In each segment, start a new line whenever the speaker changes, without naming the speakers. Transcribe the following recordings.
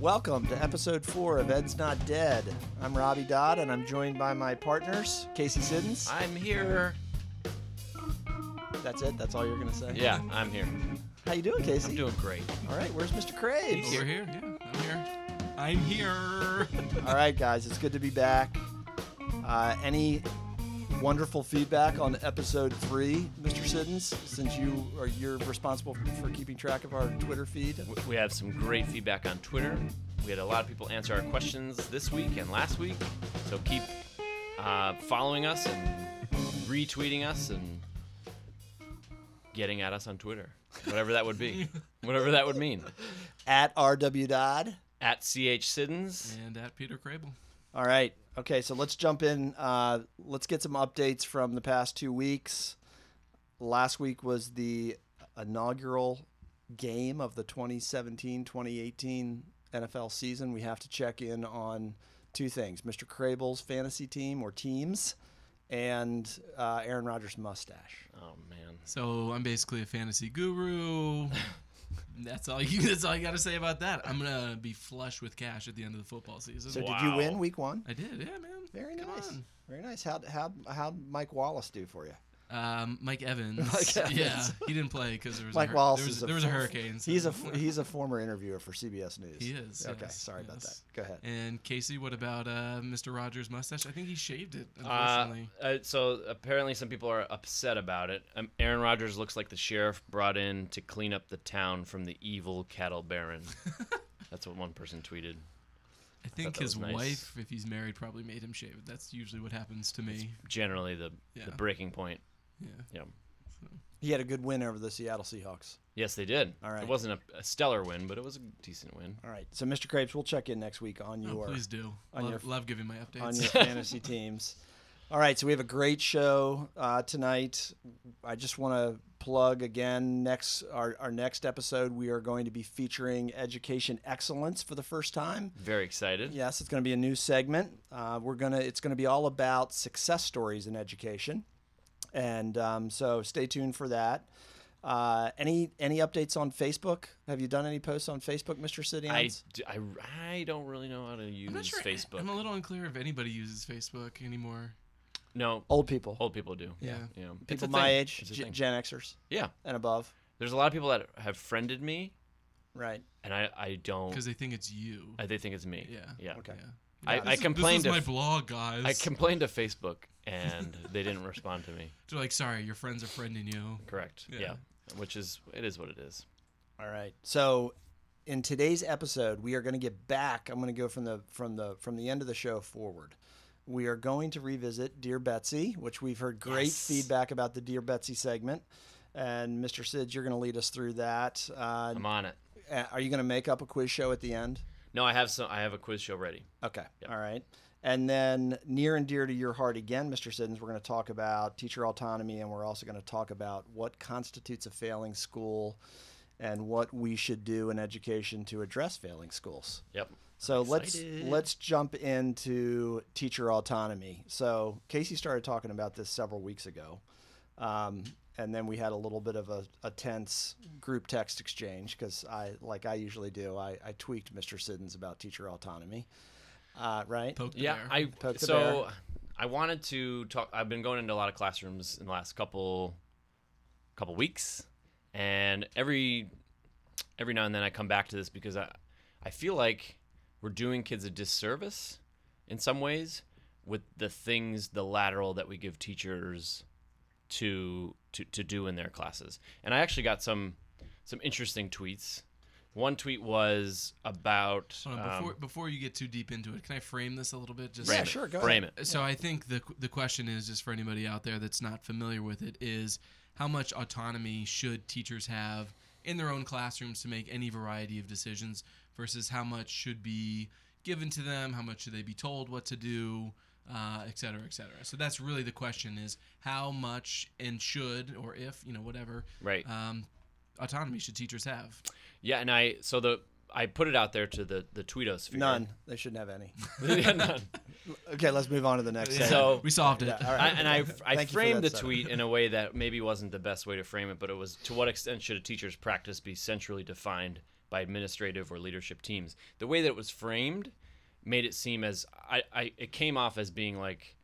Welcome to episode four of Ed's Not Dead. I'm Robbie Dodd, and I'm joined by my partners, Casey Siddons.
I'm here.
That's it. That's all you're gonna say.
Yeah, I'm here.
How you doing, Casey?
I'm doing great.
All right. Where's Mr. Krabs?
He's here.
Oh, here. Yeah, I'm here. I'm here.
All right, guys. It's good to be back. Uh, any wonderful feedback on episode three, Mr. Siddons? Since you are you're responsible for keeping track of our Twitter feed.
W- We have some great feedback on Twitter. We had a lot of people answer our questions this week and last week. So keep uh, following us and retweeting us and getting at us on Twitter. Whatever that would be. Whatever that would mean.
At RW Dodd.
At CH Siddons.
and at Peter Crable.
All right. Okay, so let's jump in. Uh, let's get some updates from the past two weeks. Last week was the inaugural game of the 2017 2018 NFL season. We have to check in on two things Mr. Crable's fantasy team or teams, and uh, Aaron Rodgers' mustache.
Oh, man.
So I'm basically a fantasy guru. That's all you. That's all you got to say about that. I'm gonna be flush with cash at the end of the football season.
So, did you win
Wow.
week one?
I did, yeah, man.
Very
Come
nice.
on.
Very nice. How'd, how'd, how'd Mike Wallace do for you?
Um, Mike Evans.
Mike Evans.
Yeah, he didn't play because there was
Mike
a hur-
Wallace
There was,
is a
there was a
f-
hurricane. so-
He's a f- he's a former interviewer for CBS News.
He is,
Okay,
yes,
sorry about that.
yes.
Go ahead.
and Casey, what about uh, Mr. Rogers' mustache? I think he shaved it.
Uh,
Unfortunately,
uh, so apparently some people are upset about it. Um, Aaron Rodgers looks like the sheriff brought in to clean up the town from the evil cattle baron. That's what one person tweeted.
I think
that
his
was nice.
wife, if he's married, probably made him shave it. That's usually what happens to me.
Generally, the
Yeah.
the breaking point.
Yeah.
Yeah.
He had a good win over the Seattle Seahawks.
Yes, they did.
All right.
It wasn't a, a stellar win, but it was a decent win.
All right. So, Mr. Crapes, we'll check in next week on
Oh,
your
please do.
on
love,
your-
love giving my updates.
on your fantasy teams. All right. So we have a great show uh, tonight. I just want to plug again next our, our next episode we are going to be featuring education excellence for the first time
Very excited.
Yes, it's going to be a new segment. Uh, we're gonna it's going to be all about success stories in education, and um, so stay tuned for that. Uh, any any updates on Facebook? Have you done any posts on Facebook, Mr.
I,
Sidians?
d- I, I don't really know how to use
I'm not sure.
Facebook.
I'm a little unclear if anybody uses Facebook anymore.
no,
Old people,
old people do.
Yeah.
Yeah. It's a
people
thing.
my age,
It's a
G-
thing.
Gen Xers
yeah.
and above,
There's a lot of people that have friended me,
right?
and I, I don't.
Because they think it's you.
I, they think it's me.
Yeah.
Yeah.
Okay.
Yeah.
I- I
Yeah, this is-
complained
This is my
if-
blog, guys.
I complained to Facebook and they didn't respond to me.
They're like, sorry, your friends are friending you.
Correct. Yeah.
Yeah.
Which is it is what it is.
All right. So in today's episode, we are going to get back. I'm going to go from the from the from the end of the show forward. We are going to revisit Dear Betsy, which we've heard great
Yes.
feedback about the Dear Betsy segment. And Mr. Sids, you're going to lead us through that. Uh,
I'm on it.
uh, are you going to make up a quiz show at the end?
No, I have some. I have a quiz show ready.
Okay. All right. And then near and dear to your heart again, Mr. Siddons, we're going to talk about teacher autonomy and we're also going to talk about what constitutes a failing school and what we should do in education to address failing schools.
Yep.
So let's
excited.
let's jump into teacher autonomy. So Casey started talking about this several weeks ago. Um, and then we had a little bit of a, a tense group text exchange because I, like I usually do, I, I tweaked Mr. Siddons about teacher autonomy, uh, right?
Poke the
Yeah.
bear.
I
Poke the
so I wanted to talk. I've been going into a lot of classrooms in the last couple couple weeks, and every every now and then I come back to this because I I feel like we're doing kids a disservice in some ways with the things the lateral that we give teachers to to, to do in their classes. And I actually got some some interesting tweets. One tweet was about
Hold on,
um,
before, before you get too deep into it, can I frame this a little bit? Just
Yeah,
frame it,
sure, go
frame it.
So I think the the question is just for anybody out there that's not familiar with it is how much autonomy should teachers have in their own classrooms to make any variety of decisions versus how much should be given to them, how much should they be told what to do, uh, et cetera, et cetera. So that's really the question is how much and should or if you know whatever
Right.
um, autonomy should teachers have?
Yeah, and I so the I put it out there to the the Tweetos sphere.
None. They shouldn't have any.
Yeah, none.
Okay, let's move on to the next.
Yeah.
segment.
So-
we solved it.
Yeah, all right.
I, and I, I
Thank you for
framed the
that, sir.
tweet in a way that maybe wasn't the best way to frame it, but it was to what extent should a teacher's practice be centrally defined by administrative or leadership teams? The way that it was framed made it seem as I, I it came off as being like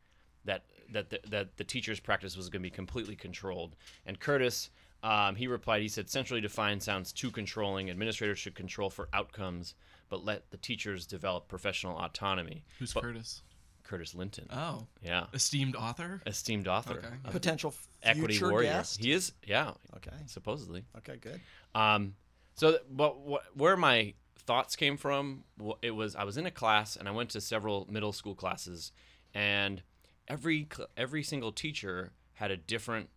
that that the, that the teacher's practice was going to be completely controlled. And Curtis, um, he replied, he said, centrally defined sounds too controlling. Administrators should control for outcomes, but let the teachers develop professional autonomy.
Who's
But-
Curtis?
Curtis Linton,
Uh,
Oh,
yeah,
esteemed author.
esteemed author.
Okay.
of
potential
uh, equity
future
warrior.
guest.
He is, yeah,
Okay.
supposedly.
Okay. Good. Oh
Um, so th- what, what, where my thoughts came from, wa- it was I was in a class and I went to several middle school classes, and every cl- every single teacher had a different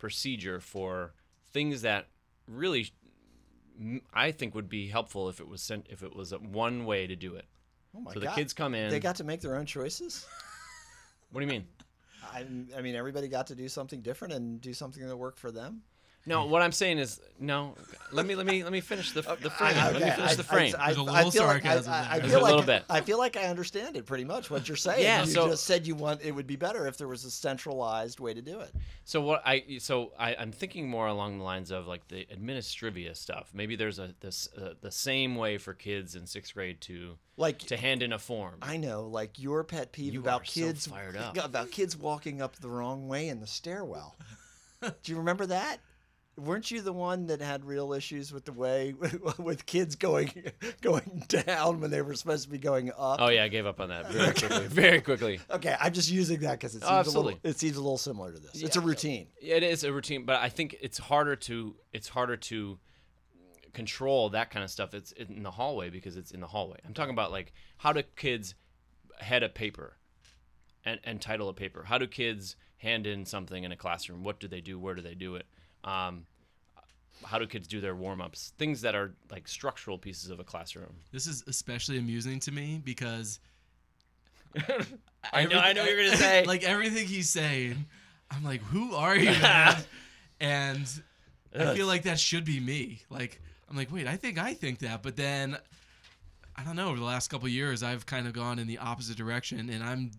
procedure for things that really mm, I think would be helpful if it was sent if it was a one way to do it.
Oh my
so the
god.
kids come in.
they got to make their own choices.
what do you mean?
I, I mean, everybody got to do something different and do something that worked for them.
No, what I'm saying is no. Let me let me let me finish the, the frame. let me
Okay,
finish
I-
the
I-
frame.
I,
There's a
I
little
feel like I-
sarcasm
I,
there.
I
There's
a
feel like,
little bit.
I feel like I understand it pretty much what you're saying.
Yeah,
You
so-
just said you want it would be better if there was a centralized way to do it.
So what I so I, I'm thinking more along the lines of like the administrivia stuff. Maybe there's a this uh, the same way for kids in sixth grade to
Like
to hand in a form.
I know, like your pet peeve
You
about
are so
kids
fired up.
about kids walking up the wrong way in the stairwell. Do you remember that? Weren't you the one that had real issues with the way with kids going going down when they were supposed to be going up?
oh yeah, I gave up on that very quickly. Very quickly.
Okay, I'm just using that because it
Oh,
seems a little
absolutely.
it seems a little similar to this. It's a
Yeah.
routine.
It is a routine, but I think it's harder to it's harder to control that kind of stuff. It's in the hallway because it's in the hallway. I'm talking about like how do kids head a paper and and title a paper? How do kids hand in something in a classroom? What do they do? Where do they do it? Um, how do kids do their warm ups? Things that are like structural pieces of a classroom.
This is especially amusing to me because
I know, I know what you're gonna
everything-
say.
like everything he's saying. I'm like, who are you? man? and I feel like that should be me. Like I'm like, wait, I think I think that, but then I don't know. Over the last couple of years, I've kind of gone in the opposite direction, and I'm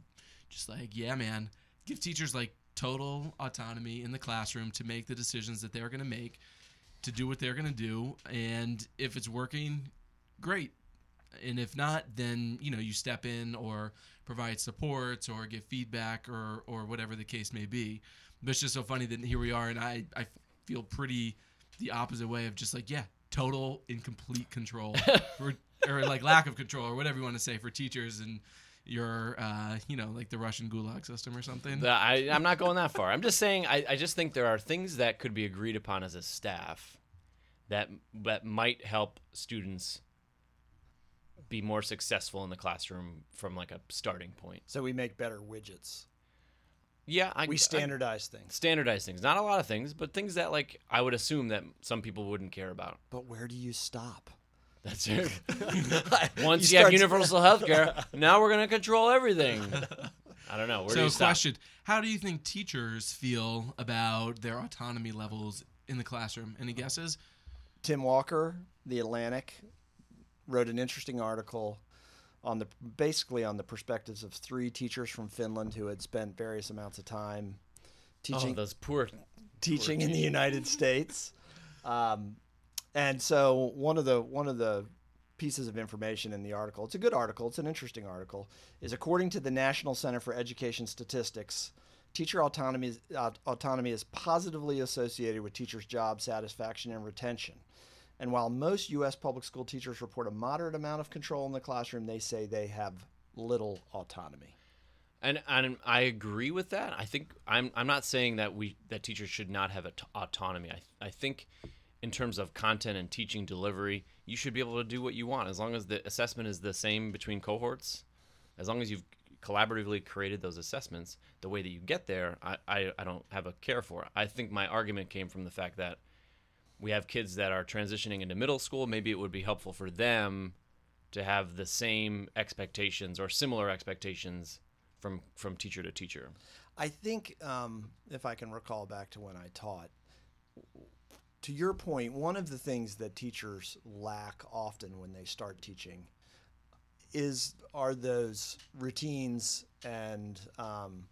just like, yeah, man, give teachers like total autonomy in the classroom to make the decisions that they're gonna make, to do what they're gonna do, and if it's working, great. And if not, then you know you step in or provide supports or give feedback or or whatever the case may be. But it's just so funny that here we are, and I I feel pretty the opposite way of just like yeah, total and complete control for, or like lack of control or whatever you want to say for teachers and your uh you know like the Russian gulag system or something.
Uh, I, I'm not going that far. I'm just saying I, I just think there are things that could be agreed upon as a staff that that might help students be more successful in the classroom from like a starting point.
So we make better widgets.
Yeah, I,
We
I-
standardize things.
standardize things. Not a lot of things, but things that like I would assume that some people wouldn't care about.
But where do you stop?
That's it. Once you,
start-
have universal health care, now we're gonna control everything. I don't know. Where do
so
you stop?
question: How do you think teachers feel about their autonomy levels in the classroom?
Oh.
Any guesses?
Tim Walker, The Atlantic, wrote an interesting article on the basically on the perspectives of three teachers from Finland who had spent various amounts of time
Oh,
teaching
those poor
teaching in the United States. Um, and so one of the one of the pieces of information in the article, it's a good article, it's an interesting article, is according to the National Center for Education Statistics, teacher autonomy is, aut- autonomy is positively associated with teachers' job satisfaction and retention. And while most U.S. public school teachers report a moderate amount of control in the classroom, they say they have little autonomy.
And and I agree with that. I think I'm I'm not saying that we that teachers should not have aut- autonomy. I I think in terms of content and teaching delivery, you should be able to do what you want as long as the assessment is the same between cohorts. As long as you've collaboratively created those assessments, the way that you get there, I, I, I don't have a care for. I think my argument came from the fact that we have kids that are transitioning into middle school. Maybe it would be helpful for them to have the same expectations or similar expectations from from teacher to teacher.
I think um, if I can recall back to when I taught, to your point, one of the things that teachers lack often when they start teaching is are those routines and um,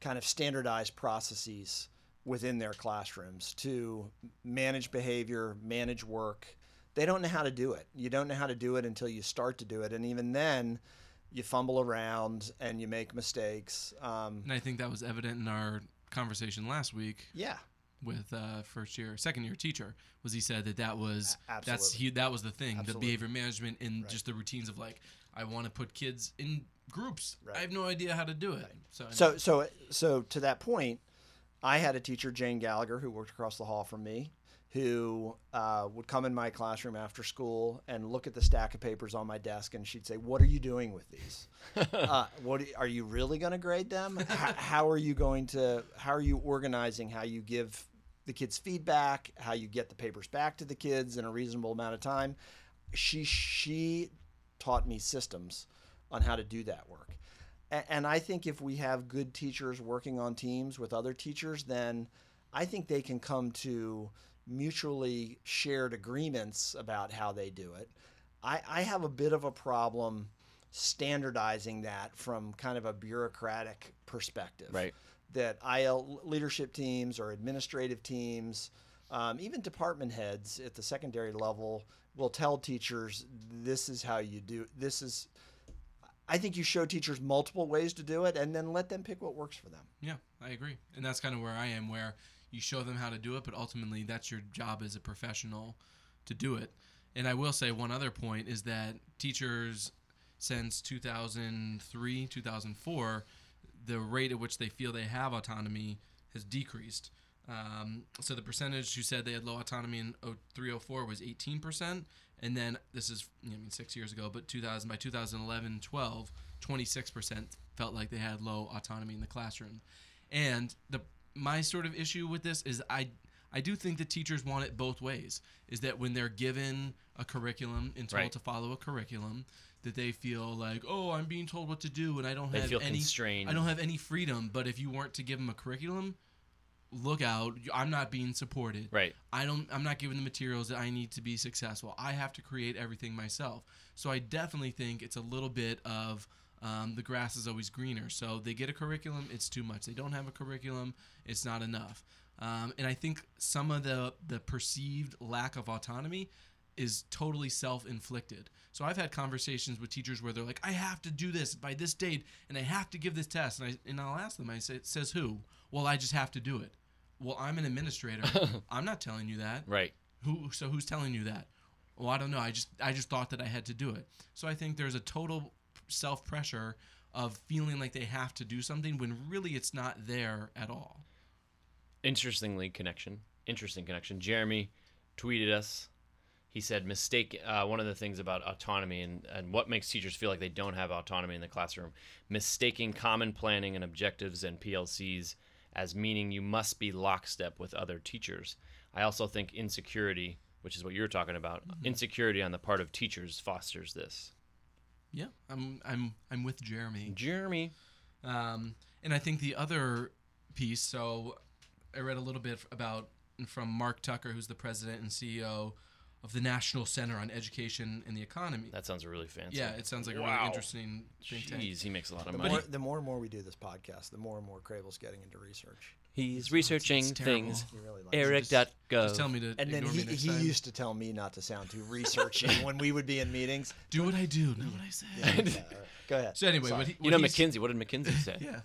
kind of standardized processes within their classrooms to manage behavior, manage work. They don't know how to do it. You don't know how to do it until you start to do it, and even then, you fumble around and you make mistakes. Um,
And I think that was evident in our conversation last week
yeah,
with uh, first year, second year teacher. Was he said that that was
A-
that's
absolutely.
he that was the thing, the
Absolutely.
behavior management and
Right.
just the routines of like I want to put kids in groups.
Right.
I have no idea how to do it. So, I
So
mean,
so so to that point, I had a teacher, Jane Gallagher, who worked across the hall from me, who uh, would come in my classroom after school and look at the stack of papers on my desk, and she'd say, "What are you doing with these? uh, what are you really going to grade them? H- how are you going to? How are you organizing? How you give the kids feedback? How you get the papers back to the kids in a reasonable amount of time?" She she taught me systems on how to do that work. A- And I think if we have good teachers working on teams with other teachers, then I think they can come to mutually shared agreements about how they do it. I, I have a bit of a problem standardizing that from kind of a bureaucratic perspective
Right.
that IL leadership teams or administrative teams, um, even department heads at the secondary level will tell teachers this is how you do this is I think you show teachers multiple ways to do it and then let them pick what works for them.
yeah, I agree, and that's kind of where I am. Where you show them how to do it, but ultimately that's your job as a professional to do it. And I will say one other point is that teachers since 2003, 2004, the rate at which they feel they have autonomy has decreased. Um, so the percentage who said they had low autonomy in oh, 0304 was 18%. And then this is, I mean, six years ago, but 2000 by 2011, 12, 26% felt like they had low autonomy in the classroom. And the my sort of issue with this is I I do think that teachers want it both ways. Is that when they're given a curriculum and told
Right.
to follow a curriculum, that they feel like, oh, I'm being told what to do, and I don't
They
have
feel
any
constrained.
I don't have any freedom. But if you weren't to give them a curriculum, look out! You- I'm not being supported.
Right.
I don't. I'm not given the materials that I need to be successful. I have to create everything myself. So I definitely think it's a little bit of um, the grass is always greener. So they get a curriculum, it's too much. They don't have a curriculum, it's not enough. Um, and I think some of the the perceived lack of autonomy is totally self-inflicted. So I've had conversations with teachers where they're like, "I have to do this by this date, and I have to give this test," and I and I'll ask them, I say, "Says who?" Well, I just have to do it. Well, I'm an administrator. I'm not telling you that.
Right.
Who? So who's telling you that? Well, I don't know. I just I just thought that I had to do it. So I think there's a total self pressure of feeling like they have to do something when really it's not there at all.
Interestingly, connection. Interesting connection. Jeremy tweeted us. He said, "Mistake. Uh, one of the things about autonomy and, and what makes teachers feel like they don't have autonomy in the classroom, mistaking common planning and objectives and PLCs as meaning you must be lockstep with other teachers. I also think insecurity, which is what you're talking about,
Mm-hmm.
insecurity on the part of teachers fosters this.
Yeah, I'm I'm I'm with Jeremy.
Jeremy,
Um, and I think the other piece, so I read a little bit about from Mark Tucker, who's the president and CEO of the National Center on Education and the Economy.
that sounds really fancy.
Yeah, it sounds like a really
Wow.
interesting think tank.
Jeez, he makes a lot of
The
money.
more, the more and more we do this podcast, the more and more Crable's getting into research.
He's
It's-
researching
it's terrible.
things.
He really likes it.
Eric dot go.
Just tell me to
And then
ignore
he,
me next
he
time.
used to tell me not to sound too researchy when we would be in meetings.
do what I do, not what I say.
Yeah, all right. Go ahead.
So anyway,
Sorry.
what he,
You
what
know
he's-
McKinsey. What did McKinsey say?
Yeah.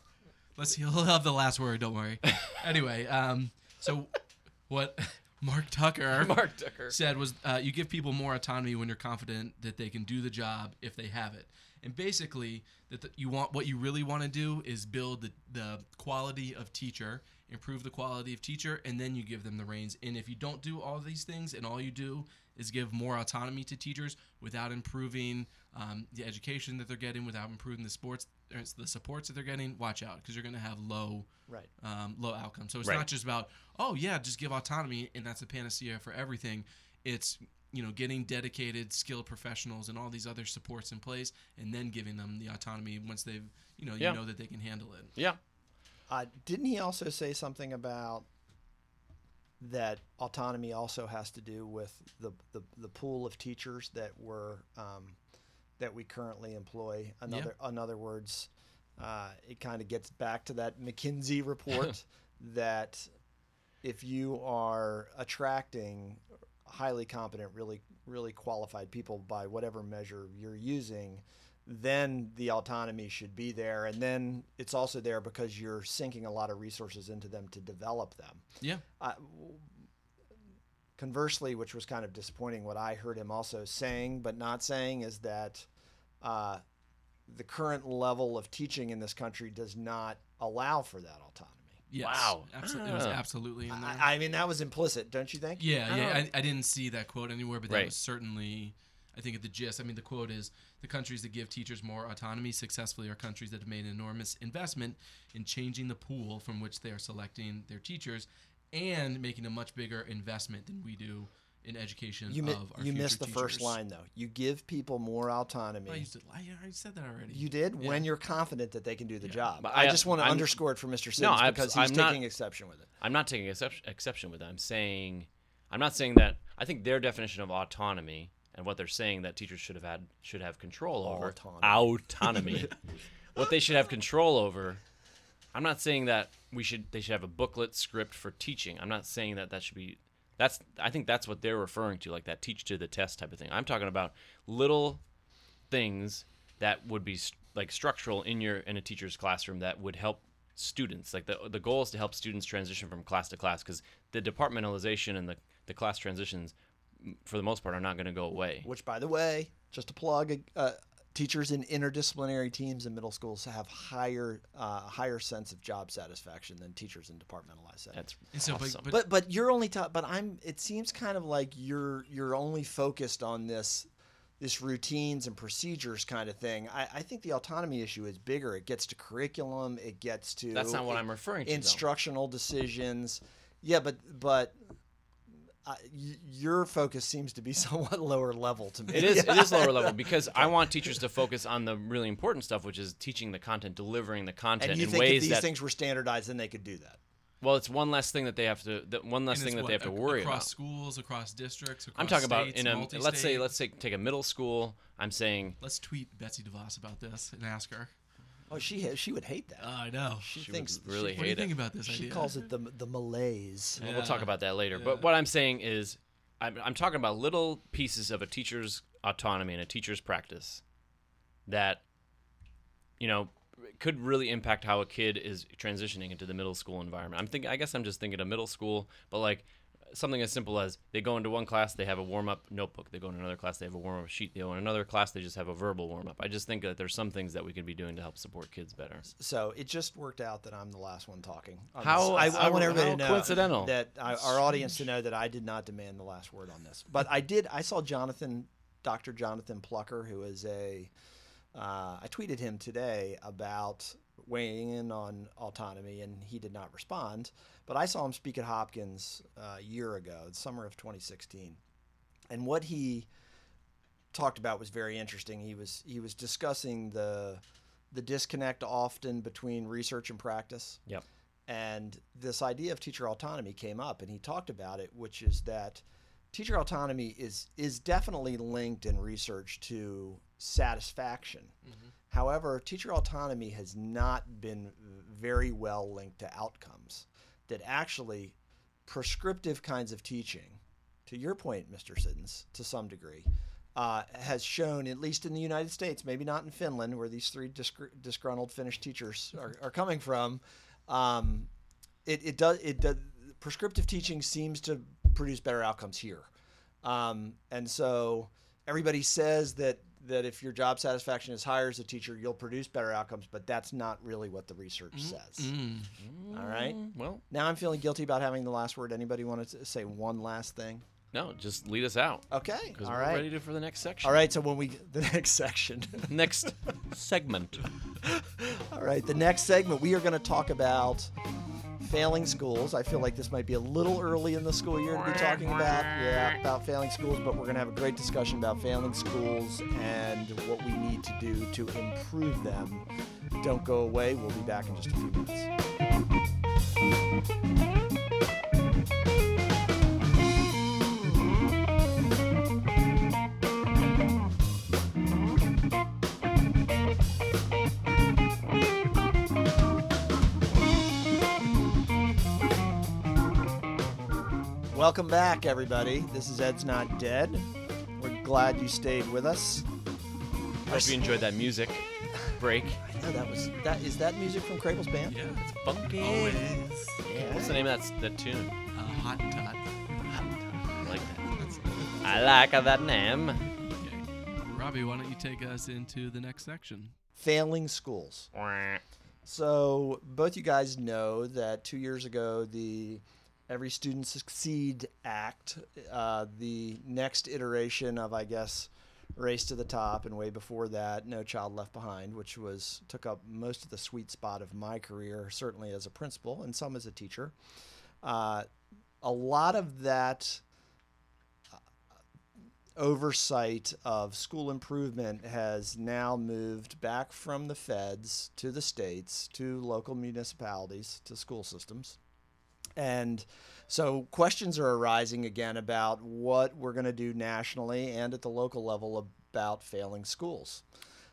Let's see. He'll have the last word. Don't worry. anyway, um, so what Mark Tucker
Mark Tucker.
said was uh, you give people more autonomy when you're confident that they can do the job if they have it. And basically, that the, you want what you really want to do is build the, the quality of teacher, improve the quality of teacher, and then you give them the reins. And if you don't do all these things, and all you do is give more autonomy to teachers without improving um, the education that they're getting, without improving the sports, or it's the supports that they're getting, watch out because you're going to have low
Right.
um, low outcome. So it's
Right.
not just about oh yeah, just give autonomy and that's a panacea for everything. It's you know getting dedicated, skilled professionals and all these other supports in place, and then giving them the autonomy once they've you know you
Yeah.
know that they can handle it.
Yeah.
Uh, didn't he also say something about that autonomy also has to do with the, the, the pool of teachers that were um, that we currently employ. Another, in other words, uh, it kind of gets back to that McKinsey report that if you are attracting highly competent, really, really qualified people by whatever measure you're using, then the autonomy should be there. And then it's also there because you're sinking a lot of resources into them to develop them.
Yeah.
I- conversely, which was kind of disappointing, what I heard him also saying but not saying is that uh, the current level of teaching in this country does not allow for that autonomy.
Yes.
Wow.
Absolutely. It was
Ah.
absolutely in there.
I, I mean, that was implicit, don't you think?
Yeah,
I
yeah.
don't-
I, I didn't see that quote anywhere, but that
Right.
was certainly, I think, at the gist. I mean, the quote is the countries that give teachers more autonomy successfully are countries that have made an enormous investment in changing the pool from which they are selecting their teachers and making a much bigger investment than we do in education
You, mi-
of our
you
future
missed the first
teachers.
line, though. You give people more autonomy.
I, used to, I already said that already.
You did when you're confident that they can do the job.
But
I,
I-
just want to
I'm-
underscore it for Mr. Sims
No, I-
because
I'm
he's
not-
taking exception with it.
I'm not taking exception, exception with it. I'm saying, I'm not saying that. I think their definition of autonomy and what they're saying that teachers should have had should have control over autonomy. what they should have control over. I'm not saying that we should. They should have a booklet script for teaching. I'm not saying that that should be. That's. I think that's what they're referring to, like that teach to the test type of thing. I'm talking about little things that would be st- like structural in your in a teacher's classroom that would help students like the the goal is to help students transition from class to class because the departmentalization and the, the class transitions m- for the most part are not going to go away
Which, by the way, just to plug, uh, teachers in interdisciplinary teams in middle schools have higher uh, higher sense of job satisfaction than teachers in departmentalized settings.
that's
And so, but-
awesome.
but-
But but you're only taught. But I'm. It seems kind of like you're you're only focused on this this routines and procedures kind of thing. I, I think the autonomy issue is bigger. It gets to curriculum. It gets to
that's not what i'm referring to though.
instructional decisions. Yeah, but but I y your focus seems to be somewhat lower level to me.
It is it is lower level because I want teachers to focus on the really important stuff, which is teaching the content, delivering the content
And you
in
think if
ways
these
that
things were standardized, then they could do that.
well, it's one less thing that they have to that one less
and
thing
it's
that
what,
they have to
ac-
worry
across
about.
schools, across districts. Across
I'm talking about
states,
in a let's say
multi-state.
let's say take a middle school. I'm saying
let's tweet Betsy DeVos about this and ask her.
Oh, she ha- she would hate that.
I know.
she,
Uh, she would
thinks
really
What do you
hate it.
think about this
She, she
idea?
calls it the the malaise.
Well, We'll talk
Yeah.
about that later.
Yeah.
But what I'm saying is, I'm, I'm talking about little pieces of a teacher's autonomy and a teacher's practice that, you know, could really impact how a kid is transitioning into the middle school environment. I'm thinking, I guess I'm just thinking of middle school, but like something as simple as they go into one class, they have a warm up notebook. They go into another class, they have a warm up sheet. They go in another class, they just have a verbal warm up. I just think that there's some things that we could be doing to help support kids better.
So it just worked out that I'm the last one talking. on
How-
this. I, I
how-
want everybody
how
to know
coincidental.
that I, our audience to know that I did not demand the last word on this, but I did. I saw Jonathan, Dr. Jonathan Plucker, who is a. Uh, I tweeted him today about weighing in on autonomy, and he did not respond. But I saw him speak at Hopkins uh, a year ago, the summer of 2016, and what he talked about was very interesting. He was he was discussing the the disconnect often between research and practice.
Yep.
And this idea of teacher autonomy came up and he talked about it, which is that teacher autonomy is is definitely linked in research to satisfaction. However, teacher autonomy has not been very well linked to outcomes. That actually prescriptive kinds of teaching, to your point, Mr. Siddons, to some degree, uh, has shown, at least in the United States, maybe not in Finland, where these three disgr disgruntled Finnish teachers are, are coming from, um, it, it does it does prescriptive teaching seems to produce better outcomes here, um, and so everybody says that that if your job satisfaction is higher as a teacher, you'll produce better outcomes, but that's not really what the research says.
Mm.
All right.
Well,
Now I'm feeling guilty about having the last word. Anybody want to say one last thing?
no, just lead us out.
Okay.
Because
All
we're
right.
ready to, for the next section.
All right. So when we the next section.
Next segment.
All right. The next segment we are going to talk about failing schools. I feel like this might be a little early in the school year to be talking about yeah about failing schools, but we're going to have a great discussion about failing schools and what we need to do to improve them. Don't go away. We'll be back in just a few minutes. Welcome back, everybody. This is Ed's Not Dead. We're glad you stayed with us.
I hope you enjoyed that music break.
I know that was that. Is that music from Cradle's band?
Yeah.
It's funky.
Always.
Yeah.
What's the name of that, s- that tune?
Uh, hot and tot.
I like that. I like that name.
Okay. Robbie, why don't you take us into the next section?
Failing schools. So both you guys know that two years ago, the Every Student Succeed Act, uh, the next iteration of, I guess, Race to the Top, and way before that, No Child Left Behind, which was took up most of the sweet spot of my career, certainly as a principal and some as a teacher. Uh, a lot of that oversight of school improvement has now moved back from the feds to the states to local municipalities to school systems. And so questions are arising again about what we're going to do nationally and at the local level about failing schools.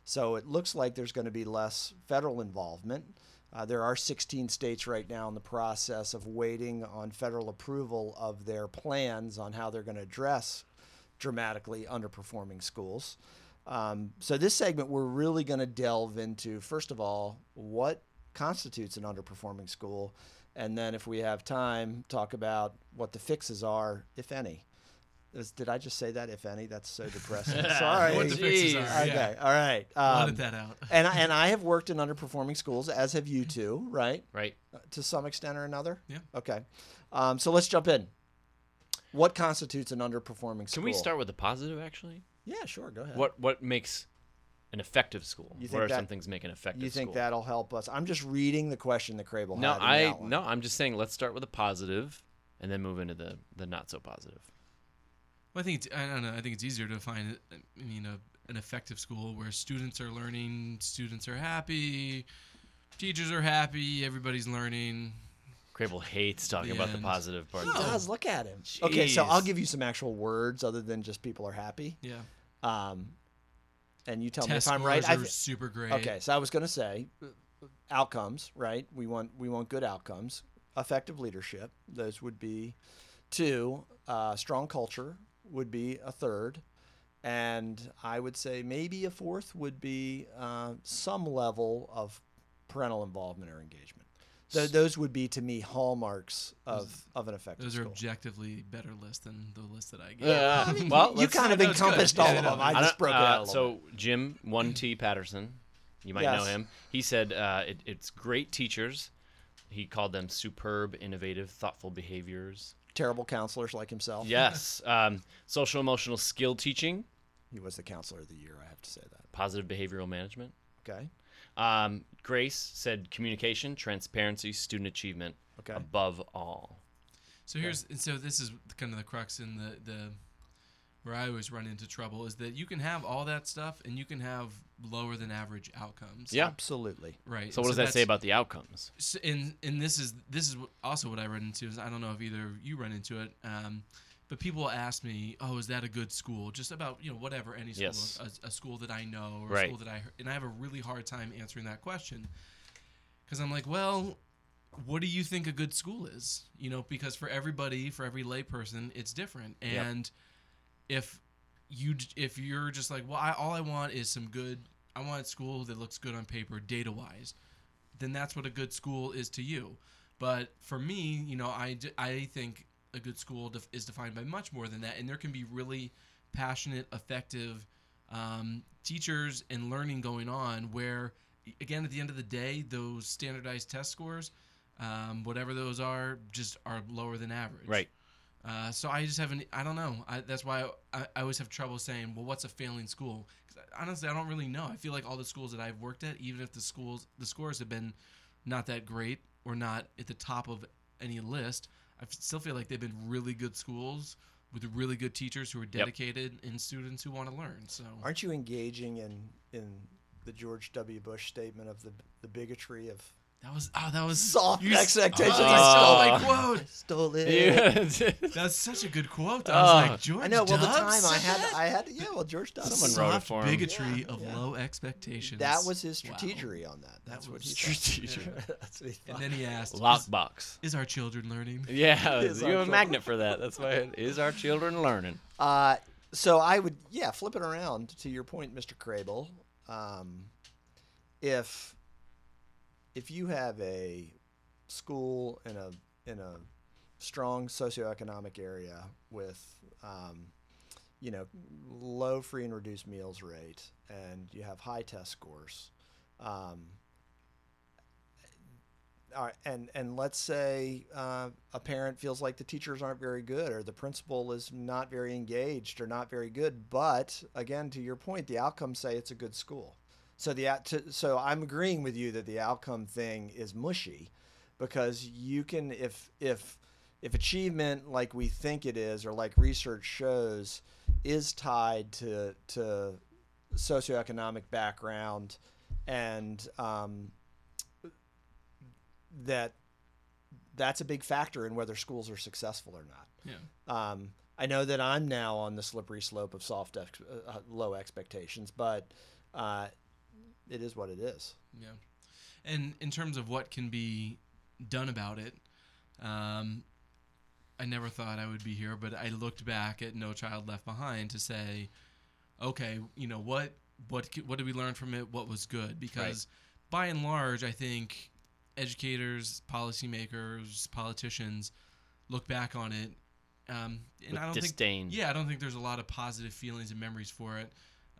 So it looks like there's going to be less federal involvement. Uh, there are 16 states right now in the process of waiting on federal approval of their plans on how they're going to address dramatically underperforming schools. Um, so this segment, we're really going to delve into first of all what constitutes an underperforming school, and then if we have time, talk about what the fixes are, if any. Is- Did I just say that? If any, that's so depressing. Sorry.
What the fixes are,
okay.
yeah.
All right.
I'll
Um,
edit that out.
and I, and I have worked in underperforming schools, as have you two, right?
Right.
To some extent or another.
Yeah.
Okay. Um, so let's jump in. What constitutes an underperforming
Can
school?
we start with the positive, actually?
Yeah, sure. Go ahead.
What What makes an effective school?
You think
What are
that-
some things make an effective
you think
school?
that'll help us? I'm just reading the question that Crable
no,
had. in the
I
outline.
no, I'm just saying. Let's start with the positive, and then move into the the not so positive.
Well, I think it's, I don't know. I think it's easier to find, uh, I mean, a, an effective school where students are learning, students are happy, teachers are happy, everybody's learning.
Crable hates talking about the
And- Oh,
positive part.
He does. Look at him. Okay, so
Jeez.
I'll give you some actual words other than just people are happy.
Yeah.
Um, and you tell
Test
me if I'm right.
scores
I
are
thi-
super great.
okay, so I was gonna say uh, outcomes, right? We want we want good outcomes, effective leadership. Those would be two. Uh, strong culture would be a third. And I would say maybe a fourth would be uh, some level of parental involvement or engagement. Tho- those would be to me hallmarks of, of an effective
Those are
school.
objectively better list than the list that I gave.
Yeah.
I mean,
well,
you
let's-
kind of
no, it's good.
encompassed
Yeah,
all
yeah,
of
no,
them.
no.
I,
I
just
don't-
broke it
uh,
out a little bit.
So Jim One T Patterson, you might know
Yes.
him. He said uh, it, it's great teachers. He called them superb, innovative, thoughtful behaviors.
Terrible counselors like himself.
Yes, um, social emotional skill teaching,
He was the counselor of the year, I have to say that.
positive behavioral management.
Okay.
Um, Grace said communication, transparency, student achievement
Okay.
above all.
So here's and so this is kind of the crux in the the where I always run into trouble is that you can have all that stuff and you can have lower than average outcomes.
Yeah.
Absolutely.
Right.
So what does that say
that's-
about the outcomes?
s- and and this is this is what- also what I run into is I don't know if either of you run into it, um, but people ask me, "Oh, is that a good school?" Just about you know whatever any school,
Yes.
a, a school that I know or
Right.
a school that I heard, and I have a really hard time answering that question because I'm like, well. What do you think a good school is? You know, because for everybody, for every layperson, it's different.
Yep.
And if you j- if you're just like, well, I, all I want is some good. I want a school that looks good on paper, data wise then that's what a good school is to you. But for me, you know, I, d- I think a good school def- is defined by much more than that. And there can be really passionate, effective um, teachers and learning going on where, again, at the end of the day, those standardized test scores, um, whatever those are, just are lower than average.
Right.
Uh, so I just haven't. I don't know. I, that's why I, I always have trouble saying, "Well, what's a failing school?" 'Cause I- honestly, I don't really know. I feel like all the schools that I've worked at, even if the schools the scores have been not that great or not at the top of any list, I f- still feel like they've been really good schools with really good teachers who are dedicated and students who want to learn. So
Aren't you engaging in in the George W. Bush statement of the the bigotry of
That was oh, that was
Soft
you s-
expectations
Oh,
are
so
I stole my quote.
Stole it.
That's such a good quote. I was
Oh.
like, George.
I know. Well, the
Dobbs
time I
said
had,
that?
I had. Yeah. Well, George Dobbs.
Someone
Soft-
wrote it
Soft
for him.
Bigotry
Yeah,
of
yeah.
low expectations.
That was his
Wow.
strategery on that. That's
That
what
was
he thought.
Strategic.
That's what he
And
thought.
then he asked, is,
Lockbox.
is our children learning?
Yeah,
Is
you
our
have a
children-
magnet for that. That's why it is our children learning.
Uh, so I would, yeah, flip it around to your point, Mr. Crable. Um, if if you have a school in a in a strong socioeconomic area with um, you know low free and reduced meals rate, and you have high test scores, um, all right, and and let's say uh, a parent feels like the teachers aren't very good or the principal is not very engaged or not very good but again to your point the outcomes say it's a good school so the out- to, so i'm agreeing with you that the outcome thing is mushy because you can if if if achievement like we think it is or like research shows is tied to to socioeconomic background and um, that that's a big factor in whether schools are successful or not.
Yeah.
Um, I know that I'm now on the slippery slope of soft, ex- uh, uh, low expectations, but uh, it is what it is.
Yeah. And in terms of what can be done about it, um, I never thought I would be here, but I looked back at No Child Left Behind to say, okay, you know what, what, c- what did we learn from it? What was good? Because by and large, I think educators, policymakers, politicians look back on it, um, and
With
I don't think
disdain.
yeah, I don't think there's a lot of positive feelings and memories for it,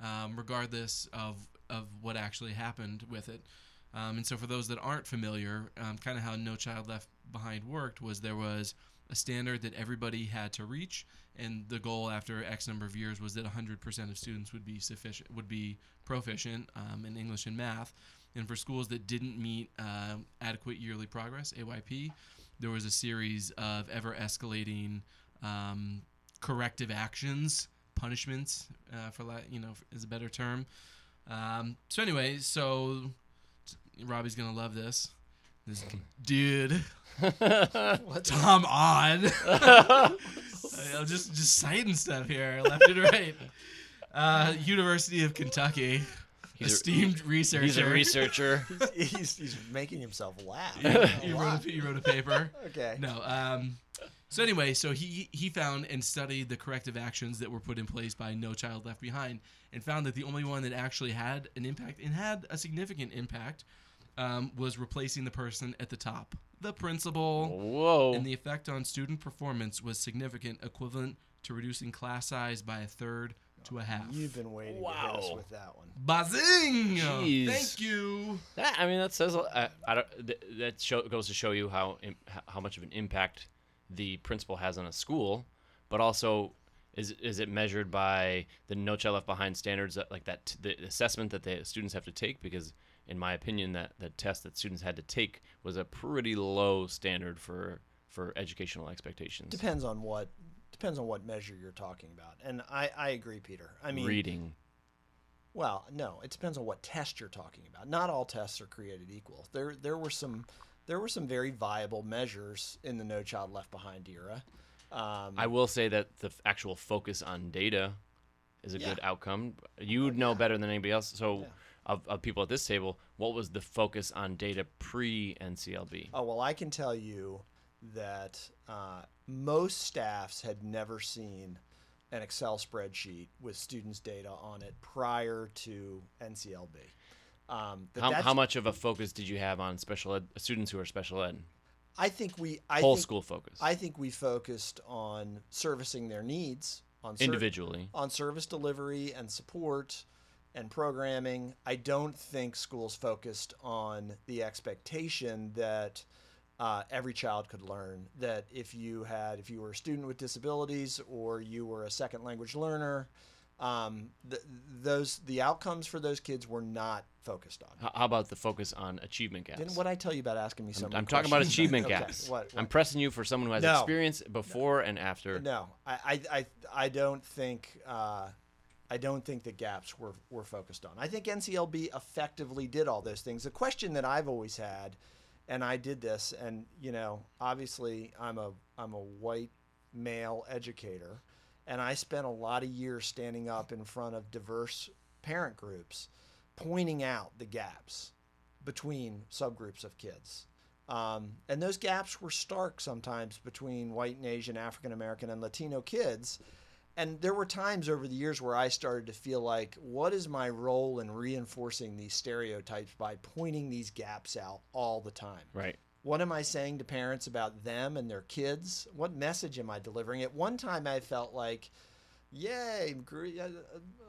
um, regardless of of what actually happened with it. Um, and so, for those that aren't familiar, um, kind of how No Child Left Behind worked was there was a standard that everybody had to reach, and the goal after X number of years was that 100% of students would be sufficient, would be proficient um, in English and math. And for schools that didn't meet um adequate yearly progress (AYP), there was a series of ever escalating um, corrective actions, punishments, uh, for la- you know is a better term. Um, so anyway, so Robbie's gonna love this. This dude, Tom on. I'm just just citing stuff here, left and right. Uh, University of Kentucky,
He's a-
esteemed researcher.
He's a researcher.
he's, he's making himself laugh.
he,
A
wrote
lot.
a, he wrote a paper.
Okay.
No. Um, so anyway, so he he found and studied the corrective actions that were put in place by No Child Left Behind, and found that the only one that actually had an impact and had a significant impact um, was replacing the person at the top, the principal,
Whoa.
and the effect on student performance was significant, equivalent to reducing class size by a third to a half.
You've been waiting to hit us
Wow.
with that one.
Bazing!
Jeez.
Thank you.
That, I mean, that says a- I, I don't. Th- that show, goes to show you how im- h- how much of an impact the principal has on a school, but also is is it measured by the No Child Left Behind standards that, like that the assessment that the students have to take? Because in my opinion, that the test that students had to take was a pretty low standard for for educational expectations.
Depends on what depends on what measure you're talking about. And I, I agree, Peter. I mean,
Reading.
Well, no, it depends on what test you're talking about. Not all tests are created equal. There there were some there were some very viable measures in the No Child Left Behind era. Um,
I will say that the f- actual focus on data is a
Yeah.
good outcome. You would know better than anybody else. So,
Yeah.
of, of people at this table, what was the focus on data pre NCLB?
oh well, I can tell you that uh, most staffs had never seen an Excel spreadsheet with students' data on it prior to NCLB. Um, that
How,
that's-
how much of a focus did you have on special ed students who are special ed?
I think we I
Whole
think,
school focus
I think we focused on servicing their needs on cer-
individually.
on service delivery and support and programming. I don't think schools focused on the expectation that uh, every child could learn. That if you had, if you were a student with disabilities or you were a second language learner, um, th- those the outcomes for those kids were not focused on.
How, how about the focus on achievement gaps?
Didn't what I tell you about asking me something?
I'm talking about achievement gaps.
What,
I'm
what?
pressing you for someone who has
No.
experience before and after.
No, I, I, I, I don't think uh, I don't think the gaps were, were focused on. I think NCLB effectively did all those things. The question that I've always had and I did this, and you know, obviously, I'm a I'm a white male educator, and I spent a lot of years standing up in front of diverse parent groups, pointing out the gaps between subgroups of kids. Um, and those gaps were stark sometimes between white and Asian, African American, and Latino kids. And there were times over the years where I started to feel like, what is my role in reinforcing these stereotypes by pointing these gaps out all the time?
Right.
What am I saying to parents about them and their kids? What message am I delivering? At one time, I felt like, yay, gr- uh,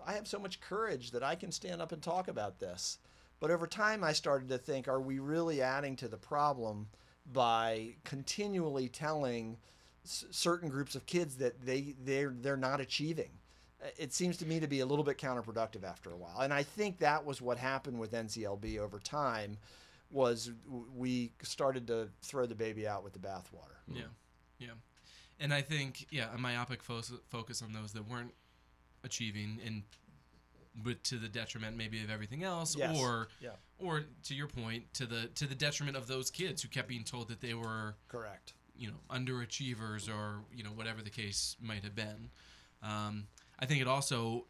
I have so much courage that I can stand up and talk about this. But over time, I started to think, are we really adding to the problem by continually telling s- certain groups of kids that they they're they're not achieving? Uh, It seems to me to be a little bit counterproductive after a while, and I think that was what happened with NCLB over time. Was w- we started to throw the baby out with the bathwater?
Yeah, yeah, and I think yeah, a myopic fo- focus on those that weren't achieving, and but to the detriment maybe of everything else,
Yes.
or
Yeah.
or to your point, to the to the detriment of those kids who kept being told that they were
Correct.
you know underachievers or you know whatever the case might have been. Um, I think it also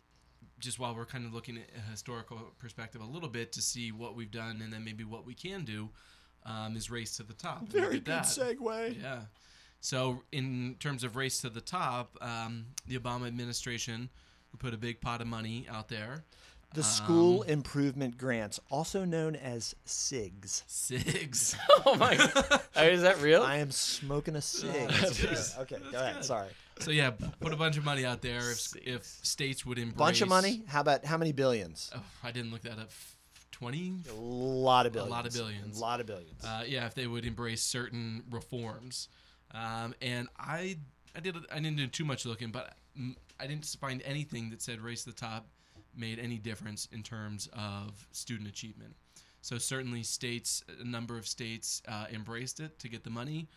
just while we're kind of looking at a historical perspective a little bit to see what we've done and then maybe what we can do um, is race to the top. and look at that.
segue.
Yeah. So, in terms of race to the top, um, the Obama administration put a big pot of money out there.
The school
Um,
improvement grants, also known as SIGs.
SIGs.
Oh my! God. Is that real?
I am smoking a cig.
that's
Okay,
good.
Okay, go ahead. Sorry.
so, yeah, p- put a bunch of money out there if, if states would embrace.
Bunch of money. How about how many billions?
Oh, I didn't look that up. 20?
A lot of billions.
lot of billions.
A lot of billions.
Uh, yeah, if they would embrace certain reforms. Um, and I, I, did, I didn't do too much looking, but mm, I didn't find anything that said race to the top made any difference in terms of student achievement. So certainly states, a number of states uh, embraced it to get the money,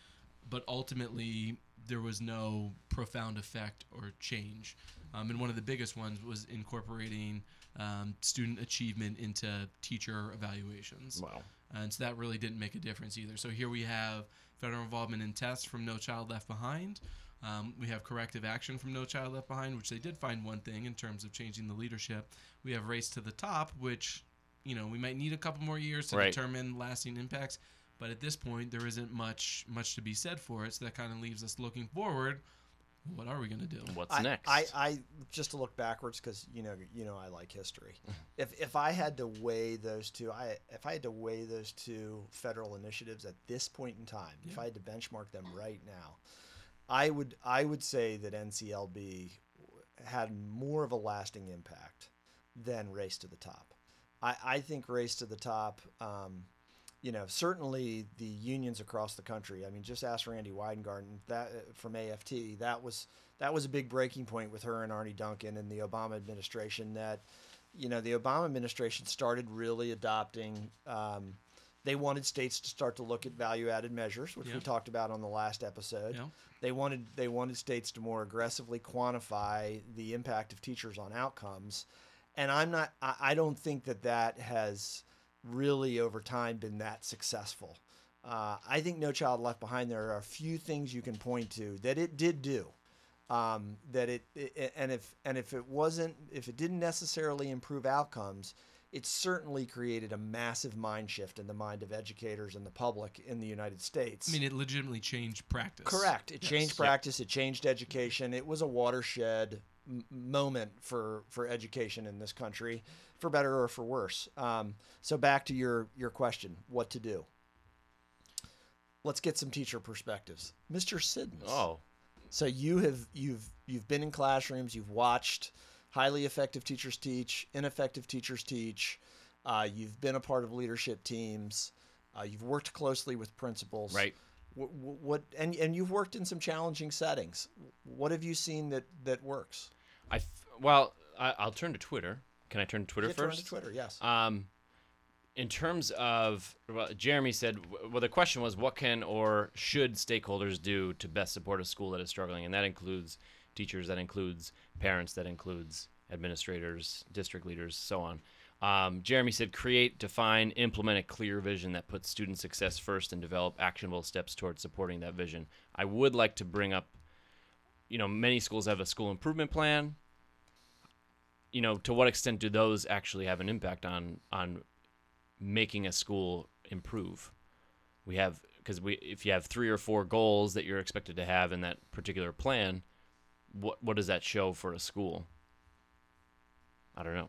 but ultimately there was no profound effect or change. Um, and one of the biggest ones was incorporating um, student achievement into teacher evaluations.
wow.
And so that really didn't make a difference either. So here we have federal involvement in tests from No Child Left Behind. Um, we have corrective action from No Child Left Behind, which they did find one thing in terms of changing the leadership. We have Race to the Top, which, you know, we might need a couple more years to
Right.
determine lasting impacts. But at this point, there isn't much much to be said for it. So that kind of leaves us looking forward. What are we going to do?
What's
I,
next?
I, I just to look backwards because you know you know I like history. if if I had to weigh those two, I if I had to weigh those two federal initiatives at this point in time, if I had to benchmark them right now, I would I would say that NCLB had more of a lasting impact than Race to the Top. I, I think Race to the Top. Um, you know, certainly the unions across the country. I mean, just ask Randy Weingarten that uh, from AFT. That was that was a big breaking point with her and Arnie Duncan and the Obama administration. That you know, the Obama administration started really adopting. Um, they wanted states to start to look at value-added measures, which
Yeah.
we talked about on the last episode.
Yeah.
They wanted they wanted states to more aggressively quantify the impact of teachers on outcomes, and I'm not. I, I don't think that that has really over time been that successful. Uh, I think No Child Left Behind. There are a few things you can point to that it did do. Um, that it, it and if and if it wasn't if it didn't necessarily improve outcomes, it certainly created a massive mind shift in the mind of educators and the public in the United States.
I mean, it legitimately changed practice.
Correct. It changed
Yes.
practice. It changed education. It was a watershed m- moment for for education in this country, for better or for worse. Um, so back to your your question, what to do? Let's get some teacher perspectives, Mr. Siddons.
oh,
So you have you've you've been in classrooms, you've watched highly effective teachers teach, ineffective teachers teach. Uh, you've been a part of leadership teams. Uh, you've worked closely with principals.
Right.
What, what and and you've worked in some challenging settings. What have you seen that that works?
I f- well, I, I'll turn to Twitter. Can I turn to Twitter
Get to
first?
Twitter, yes.
Um, in terms of, well, Jeremy said, w- well, the question was, what can or should stakeholders do to best support a school that is struggling? And that includes teachers, that includes parents, that includes administrators, district leaders, so on. Um, Jeremy said, create, define, implement a clear vision that puts student success first and develop actionable steps towards supporting that vision. I would like to bring up, you know, many schools have a school improvement plan. You know, to what extent do those actually have an impact on on making a school improve? We have because we if you have three or four goals that you're expected to have in that particular plan, what what does that show for a school? I don't know.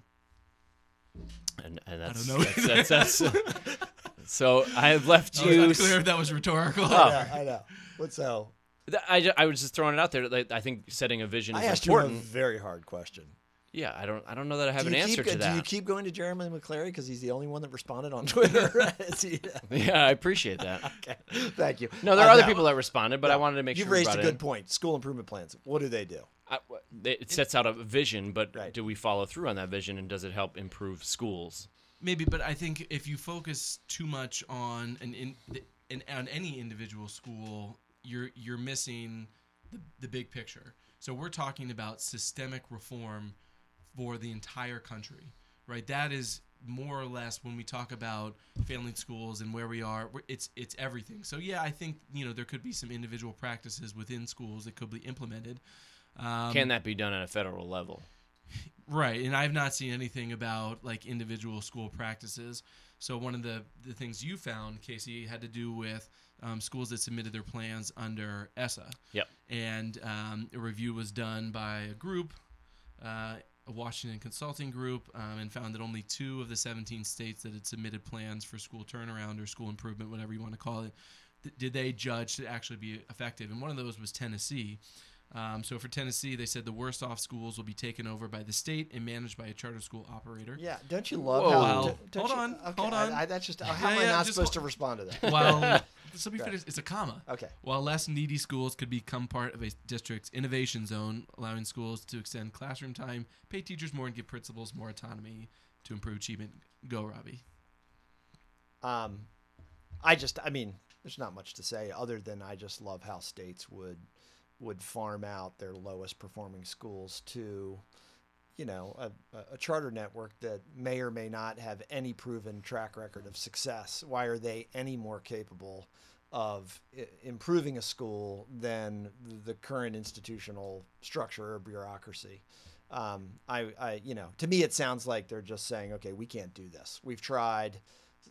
And and that's
don't know
that's, that's, that's uh, so I have left
I was
you.
not clear if Oh, that was rhetorical.
Yeah, I know. What's so?
Th- I, ju- I was just throwing it out there. Like, I think setting a vision is
I asked
important.
you a very hard question.
Yeah, I don't I don't know that I have
do
an
you
answer
keep,
to
Do you
that.
keep going to Jeremy McClary because he's the only one that responded on Twitter? Is he-
yeah, I appreciate that.
okay. Thank you.
No, there are
Uh,
other people that responded, but I wanted to make
You've
sure we
raised a
brought
good
it.
point. School improvement plans. What do they do?
I- w- they- it sets out a vision, but
Right.
do we follow through on that vision, and does it help improve schools?
Maybe, but I think if you focus too much on an in, the, an on any individual school, you're you're missing the, the big picture. So we're talking about systemic reform for the entire country, right? That is more or less when we talk about failing schools and where we are. we're- It's it's everything. So yeah, I think you know there could be some individual practices within schools that could be implemented. Um,
Can that be done at a federal level?
Right, and I've not seen anything about like individual school practices. So one of the, the things you found, Casey, had to do with um, schools that submitted their plans under E ESSA.
Yep.
And um, a review was done by a group, uh, a Washington consulting group, um, and found that only two of the 17 states that had submitted plans for school turnaround or school improvement, whatever you want to call it, th- did they judge to actually be effective? And one of those was Tennessee. Um, so for Tennessee, they said the worst off schools will be taken over by the state and managed by a charter school operator.
Yeah, don't you love
Whoa.
how?
Wow.
don't- don't
Hold
you-
on,
okay,
hold on.
I, I- that's just how am
yeah,
I not
just
supposed
wa-
to respond to that?
While so be
Go ahead.
finished, it's a comma.
Okay.
While less needy schools could become part of a district's innovation zone, allowing schools to extend classroom time, pay teachers more, and give principals more autonomy to improve achievement. Go, Robbie.
Um, I just, I mean, there's not much to say other than I just love how states would would farm out their lowest performing schools to, you know, a, a charter network that may or may not have any proven track record of success. Why are they any more capable of I- improving a school than the current institutional structure or bureaucracy? Um, I, I, you know, to me, it sounds like they're just saying, okay, we can't do this. We've tried.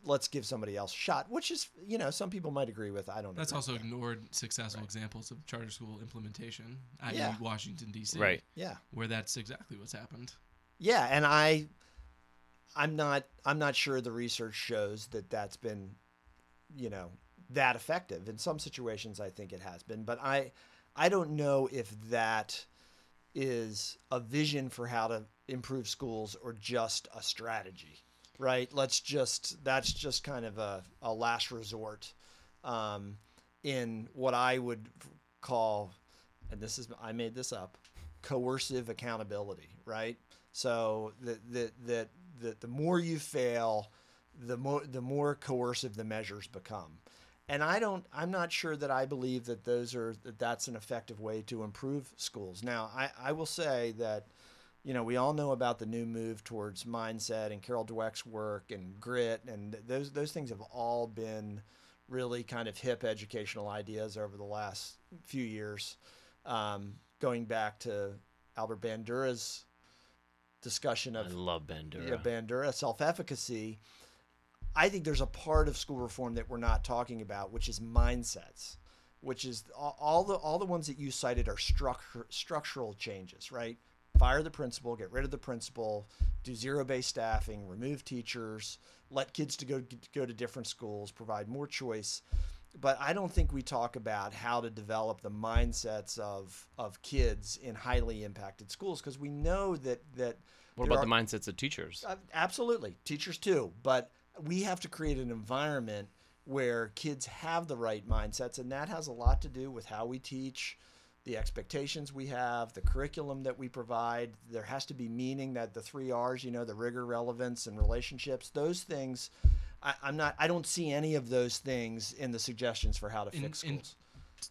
Let's give somebody else a shot, which is, you know, some people might agree with. I don't.
That's
agree
also
with that.
ignored successful examples of charter school implementation, i.e.,
Yeah.
Washington D.C.
Right.
yeah.
where that's exactly what's happened.
Yeah, and I, I'm not, I'm not sure the research shows that that's been, you know, that effective. In some situations, I think it has been, but I, I don't know if that is a vision for how to improve schools or just a strategy, right? Let's just, that's just kind of a, a last resort, um, in what I would call, and this is, I made this up, coercive accountability, right? So that that that that the more you fail, the more the more coercive the measures become. And I don't I'm not sure that I believe that those are that that's an effective way to improve schools. Now, I I will say that you know, we all know about the new move towards mindset and Carol Dweck's work and grit and th- those those things have all been really kind of hip educational ideas over the last few years. Um, going back to Albert Bandura's discussion
I
of
love Bandura.
yeah, Bandura self-efficacy. I think there's a part of school reform that we're not talking about, which is mindsets, which is all, all the all the ones that you cited are structure, structural changes, right? Fire the principal, get rid of the principal, do zero-based staffing, remove teachers, let kids to go go to different schools, provide more choice. But I don't think we talk about how to develop the mindsets of of kids in highly impacted schools because we know that that there
what about
are-
the mindsets of teachers?
uh, absolutely, teachers too. But we have to create an environment where kids have the right mindsets, and that has a lot to do with how we teach, the expectations we have, the curriculum that we provide. There has to be meaning that the three R's, you know, the rigor, relevance, and relationships. Those things, I, I'm not. I don't see any of those things in the suggestions for how to
In-
fix
in-
schools.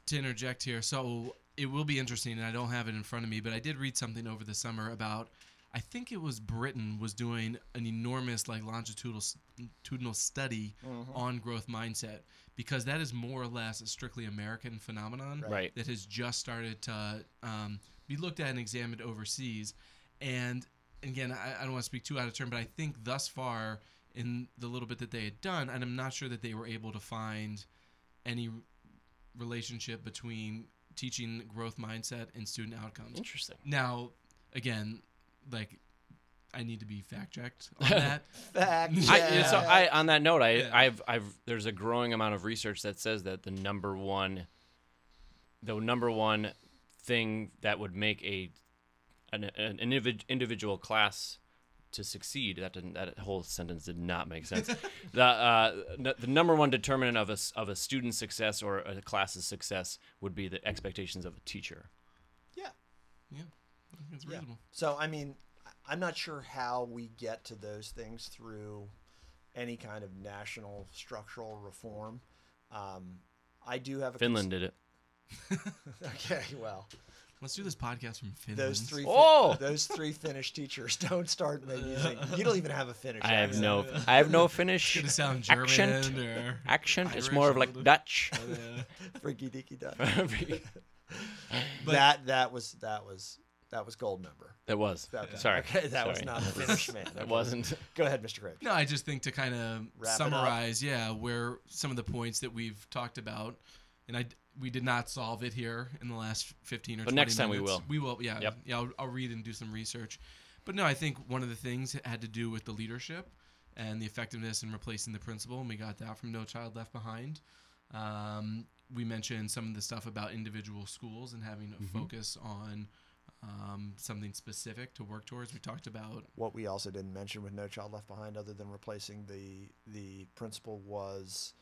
to interject here, so it will be interesting, and I don't have it in front of me, but I did read something over the summer about I think it was Britain was doing an enormous like longitudinal s- longitudinal study on growth mindset because that is more or less a strictly American phenomenon
Right.
that has just started to um, be looked at and examined overseas. And again, I, I don't want to speak too out of turn, but I think thus far in the little bit that they had done, and I'm not sure that they were able to find any relationship between teaching growth mindset and student outcomes.
Interesting.
Now, again, like I need to be fact checked on that.
Fact.
I-
I,
check.
so I, on that note, I,
Yeah.
I've, I've, there's a growing amount of research that says that the number one, the number one thing that would make a, an, an individ, individual class to succeed. That didn't, that whole sentence did not make sense. the, uh, n- the number one determinant of a, s- of a student's success or a class's success would be the expectations of a teacher.
yeah.
yeah, I think it's
Yeah.
reasonable.
So I mean, I- I'm not sure how we get to those things through any kind of national structural reform. Um, I do have a
Finland did it.
Okay, well,
Let's do this podcast from Finland.
those three. Fi-
Oh!
those three Finnish teachers don't start making. Using, you don't even have a Finnish.
I have
accent.
no, I have no Finnish
Gonna sound German
accent.
or
Accent It's
Irish
more
a
of like
little bit.
Dutch.
uh,
Freaky deaky duck.
But-
that that was that was that was gold member.
That was.
That-
Sorry.
Okay, that was
Sorry.
not a Finnish man.
That
Okay.
wasn't.
Go ahead, Mr. Graves.
No, I just think to kind of
Wrap it up.
summarize, yeah, where some of the points that we've talked about, and I we did not solve it here in the last fifteen or.
But
20
next time we
minutes.
will.
We will, yeah,
Yep.
yeah. I'll, I'll read and do some research, but no, I think one of the things had to do with the leadership and the effectiveness in replacing the principal, and we got that from No Child Left Behind. Um, we mentioned some of the stuff about individual schools and having a
Mm-hmm.
focus on um, something specific to work towards. We talked about
What we also didn't mention with No Child Left Behind, other than replacing the the principal, was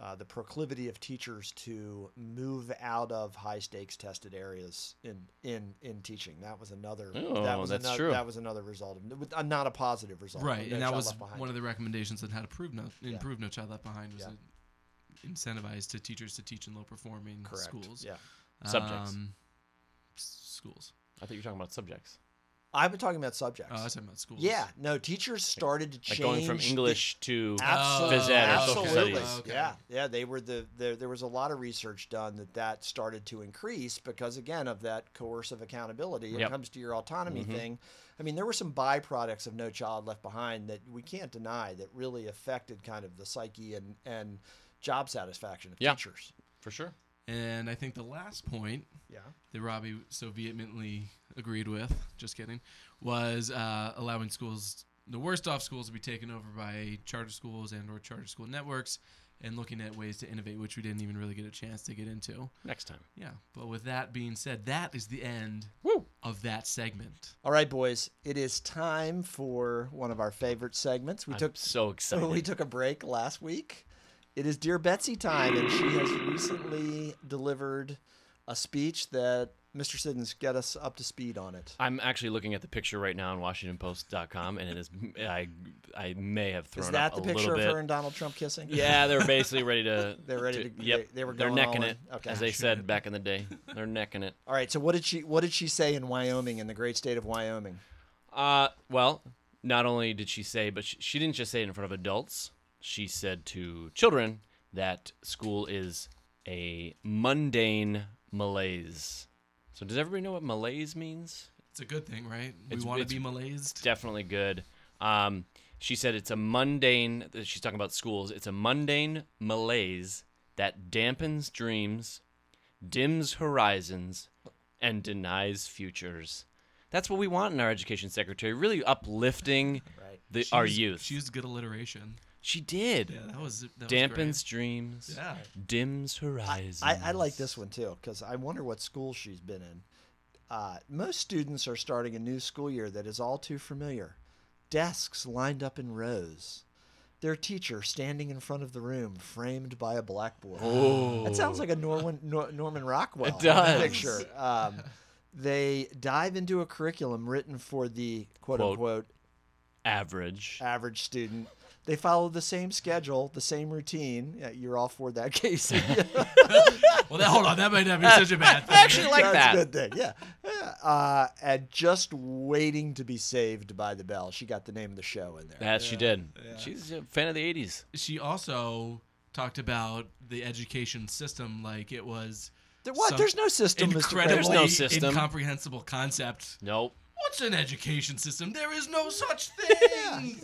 uh, the proclivity of teachers to move out of high stakes tested areas in in in teaching. That was another.
Oh,
that was
that's
another,
true.
That was another result of uh, not a positive result. of
Right,
No
and that
Child
was
Left Behind.
one of the recommendations on how to prove no, improve No Child Left Behind was
Yeah.
to incentivize to teachers to teach in low performing
Correct.
schools.
Yeah.
Subjects.
Um, s- schools.
I thought you were talking about subjects.
I've been talking about subjects.
Oh, I was talking about schools.
yeah, no, teachers started to change
Like going from
the-
English to.
Absolutely.
phys ed or social
Absolutely.
studies.
Okay.
Yeah. Yeah. They were the, there, there was a lot of research done that that started to increase because again, of that coercive accountability. When
Yep. Mm-hmm.
it comes to your autonomy thing. I mean, there were some byproducts of No Child Left Behind that we can't deny that really affected kind of the psyche and, and job satisfaction of
Yeah.
teachers.
For sure.
And I think the last point
Yeah.
that Robbie so vehemently agreed with, just kidding, was uh, allowing schools, the worst off schools, to be taken over by charter schools and or charter school networks and looking at ways to innovate, which we didn't even really get a chance to get into.
Next time.
Yeah, but with that being said, that is the end of that segment.
All right, boys, it is time for one of our favorite segments. We
I'm
took
so excited.
We took a break last week. It is Dear Betsy time, and she has recently delivered a speech that Mr. Siddons get us up to speed on it.
I'm actually looking at the picture right now on WashingtonPost.com, and it is. I I may have thrown
Is that
up
the
a little
picture of
bit.
her and Donald Trump kissing?
yeah, they're basically ready to.
They're ready to-
yep,
they- they were
are
going all
necking
in.
it,
Okay.
as they said back in the day. They're necking it.
All right. So what did she What did she say in Wyoming, in the great state of Wyoming?
Uh, well, not only did she say, but she, she didn't just say it in front of adults. She said to children that school is a mundane malaise. So does everybody know what malaise means?
It's a good thing, right?
It's-
we want to
it's-
be malaised.
Definitely good. Um, she said it's a mundane. She's talking about schools. It's a mundane malaise that dampens dreams, dims horizons, and denies futures. That's what we want in our education secretary. Really uplifting
Right.
the,
She
our
used-
youth.
She used good alliteration.
She did.
Yeah, that was that
Dampens
Was
dreams,
great. Yeah.
dims horizons.
I, I like this one too because I wonder what school she's been in. Uh, most students are starting a new school year that is all too familiar. Desks lined up in rows. Their teacher standing in front of the room, framed by a blackboard. That sounds like a Norman, Nor, Norman Rockwell
Oh. It does.
picture. Um, they dive into a curriculum written for the quote
Quote.
unquote
average.
average student. They follow the same schedule, the same routine. Yeah, you're all for that, Casey.
Well, that, hold on, that might not be such a bad thing.
I actually like
That's
that.
a good thing. Yeah. Yeah. Uh, and just waiting to be saved by the bell. She got the name of the show in there.
That she did. She's a fan of the 80s.
she also talked about the education system like it was
There- what?
some
There's no system, Mr.
incredibly
Crable.
no system.
incomprehensible concept.
Nope.
What's an education system? There is no such thing.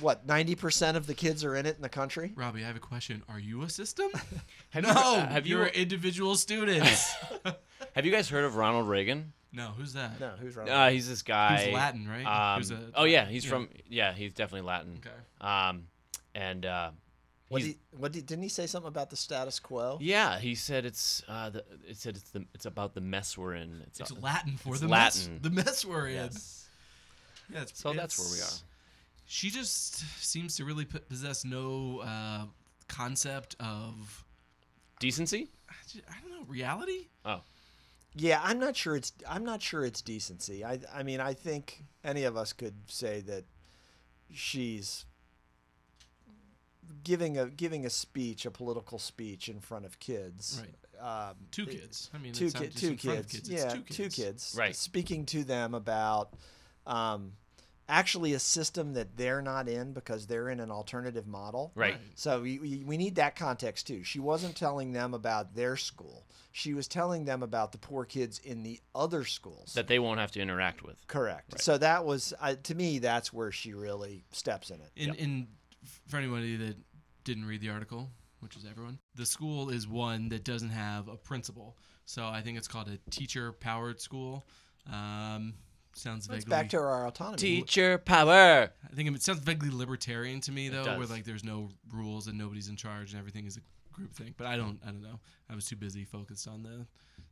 What? Ninety percent of the kids are in it in the country.
Robbie, I have a question. Are you a system?
Have
no,
you- uh, have you-
you're individual students.
Have you guys heard of Ronald Reagan?
no, who's that?
No, who's wrong?
Uh, he's this guy.
He's Latin, right?
Um,
He was a-
oh yeah, he's
yeah.
from yeah, he's definitely Latin.
Okay.
Um, and uh,
what
he's-
did he, what did, didn't he say something about the status quo?
yeah, he said it's uh, the, it said it's the it's about the mess we're in. It's,
It's Latin for
It's
the
Latin.
mess. The mess we're in.
Yes.
Yeah, it's,
so that's where we
it's-
are.
She just seems to really p- possess no uh, concept of
Decency.
I ju- I don't know reality.
Oh,
Yeah, I'm not sure it's I'm not sure it's decency. I I mean, I think any of us could say that she's giving a giving a speech, a political speech in front of kids. Right. Um,
Two
it-
kids. I mean,
two,
it's not
ki-
just
two
in front of
kids.
It's
Yeah,
two kids.
Right.
Speaking to them about um, actually a system that they're not in because they're in an alternative model.
right.
So we, we, we need that context too. She wasn't telling them about their school. She was telling them about the poor kids in the other schools.
That they won't have to interact with.
Correct. So that was uh, to me. That's where she really steps in it.
In, in for anybody that didn't read the article, which is everyone, the school is one that doesn't have a principal. So I think it's called a teacher-powered school. Um, sounds vaguely.
It's back to our autonomy.
Teacher power.
I think it sounds vaguely libertarian to me though, where
does.
like there's no rules and nobody's in charge and everything is a group thing. But I don't, I don't know. I was too busy focused on the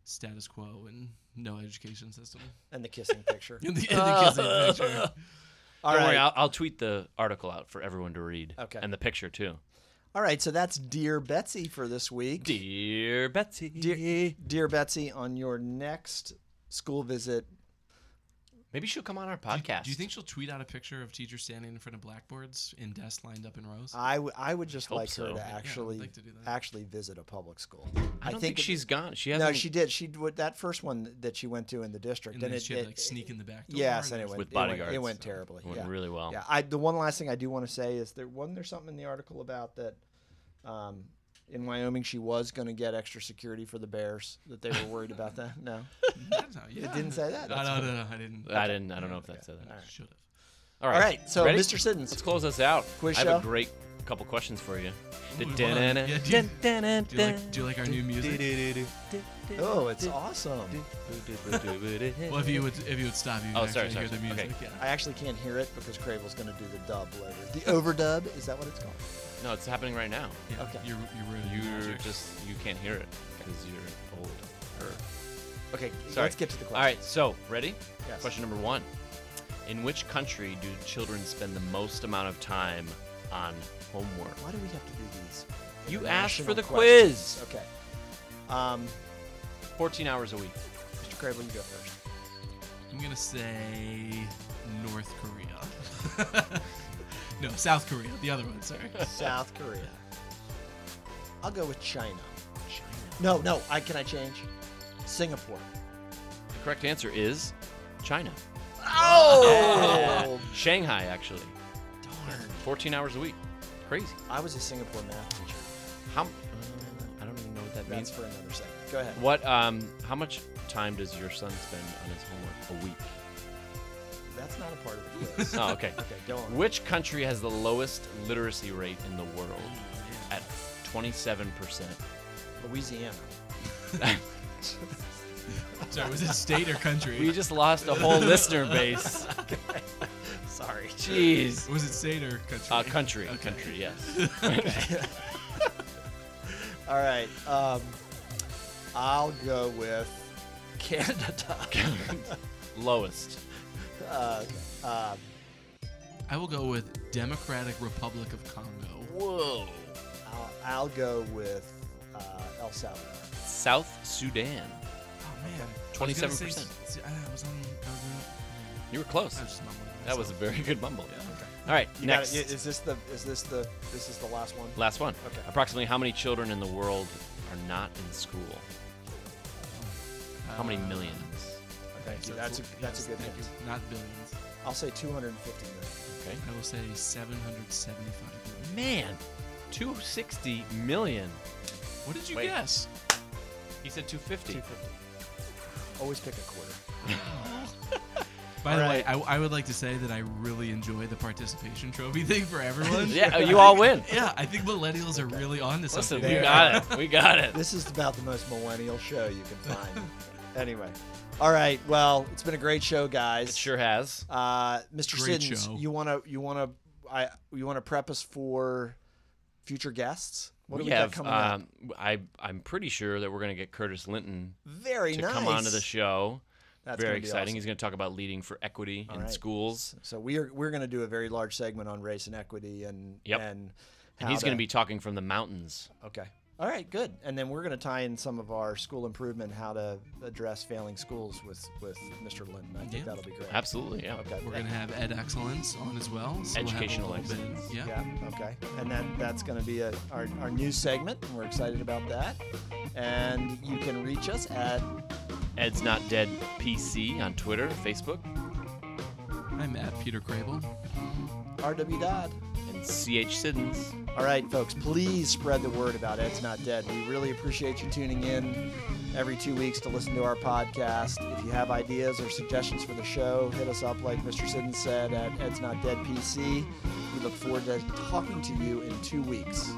status quo and no education system.
and the kissing picture.
In the, in the kids' adventure.
All
Don't worry,
right.
I'll, I'll tweet the article out for everyone to read.
Okay.
And the picture too.
All right. So that's dear Betsy for this week.
Dear Betsy.
Dear, dear Betsy, on your next school visit,
Maybe she'll come on our podcast.
Do you think she'll tweet out a picture of teachers standing in front of blackboards and desks lined up in rows?
I, w- I would just
Hope
like
so.
her
Yeah,
to
I would
actually
like to do that.
actually visit a public school.
I don't think,
it-
she's gone. She hasn't.
No, she did. She would that first one that she went to in the district,
and then
it,
she had
it-
to, like sneak in the back door.
Yes, and it
there's-
went
With
it went- It
bodyguards.
went, terribly.
went
yeah.
really well.
Yeah, I, the one last thing I do want to say is there wasn't there something in the article about that um, in Wyoming she was going to get extra security for the bears that they were worried about that. No,
I don't know, yeah.
it didn't say that.
No, no, no, no, I didn't.
I didn't. I don't know if that said that.
Should have.
All
All right, so
Ready?
Mr. Siddons,
Let's close this out.
Quiz
I have
show?
a great couple questions for you.
Ooh,
Dun-
hold on.
dun-
Yeah, do you-
dun- dun- dun-
Do you like, do you like our new music?
oh, it's awesome.
Well, if you would, if you would stop, you
Oh,
would
sorry,
actually
sorry,
hear the
sorry.
music.
Okay.
Yeah.
I actually can't hear it because Crable's going to do the dub later. The overdub is that what it's called?
No, it's happening right now.
Yeah,
Okay.
You're, you're ruining the
You're
magic.
just you can't hear it because you're old.
Okay,
Sorry.
let's get to the question.
All right. So ready?
Yes.
Question number one: In which country do children spend the most amount of time on homework?
Why do we have to do these?
You asked for
international
the
questions? Okay. Um,
Fourteen hours a week.
Mr. Crable, you go first.
I'm gonna say North Korea. no, South Korea. The other one. Sorry.
South Korea. I'll go with China.
China.
No, no. I can I change? Singapore.
The correct answer is China.
Oh!
Shanghai, actually.
Darn.
Fourteen hours a week. Crazy.
I was a Singapore math teacher.
How? Uh, I don't even know what that
That's
means.
for another second. Go ahead.
What? Um. How much time does your son spend on his homework a week?
That's not a part of the quiz.
Oh, okay.
okay, go on.
Which country has the lowest literacy rate in the world
Oh,
at 27%?
Louisiana.
Sorry. Was it state or country?
We just lost a whole listener base.
Sorry.
Jeez.
was it state or country?
Uh, country. Country, yes.
All right. Um, I'll go with Canada.
Lowest.
uh, uh,
I will go with Democratic Republic of Congo. Oh,
Whoa.
I'll, I'll go with uh, El Salvador.
South Sudan.
Oh man.
27%.
I was on. I was on.
You were close.
I was just mumbling to
That was a
myself.
very good bumble.
Yeah.
All right,
You
next.
Got it. Is this the is this the this is the last one?
Last one.
Okay.
Approximately how many children in the world are not in school? How many
Uh,
millions?
Thank you.
so
That's a
it's-
that's
yes,
a good
thank
hint.
you. Not billions.
I'll say 250 million.
Okay.
I will say 775 million.
Man, 260 million.
What did you
Wait.
guess?
He said 250.
Always pick a quarter.
By the
All
way, I, I would like to say that I really enjoy the participation trophy thing for everyone.
Yeah, you all win.
Yeah, I think millennials are really on to
Listen,
something.
we
There.
got it. We got it.
This is about the most millennial show you can find. anyway, all right. Well, it's been a great show, guys.
It sure has.
Uh, Mr.
Great
Siddons,
show.
you wanna you wanna I you wanna prep us for future guests? What do
we
we
have.
got coming up?
um, I I'm pretty sure that we're gonna get Curtis Linton
Very
to
nice.
come onto the show.
That's
Very
gonna be
exciting.
awesome.
He's gonna talk about leading for equity
All
in
right.
schools.
So we are we're gonna do a very large segment on race and equity and
Yep.
and,
And
how
he's going
to-
to be talking from the mountains.
Okay. All right, good. And then we're going to tie in some of our school improvement, how to address failing schools with, with Mr. Linton. I think
Yeah.
that'll be great.
Absolutely. Yeah.
Okay.
We're going to have Ed Excellence on as well. So
Educational
we'll have a little
excellence.
Bit, yeah.
Yeah, okay. And that, that's going to be a, our, our new segment, and we're excited about that. And you can reach us at
Ed's not dead PC on Twitter, Facebook,
I'm at Peter Crable.
RW Dodd.
and CH Siddons.
All right, folks, please spread the word about Ed's Not Dead. We really appreciate you tuning in every two weeks to listen to our podcast. If you have ideas or suggestions for the show, hit us up, like Mr. Siddons said, at Ed's Not Dead PC. We look forward to talking to you in two weeks.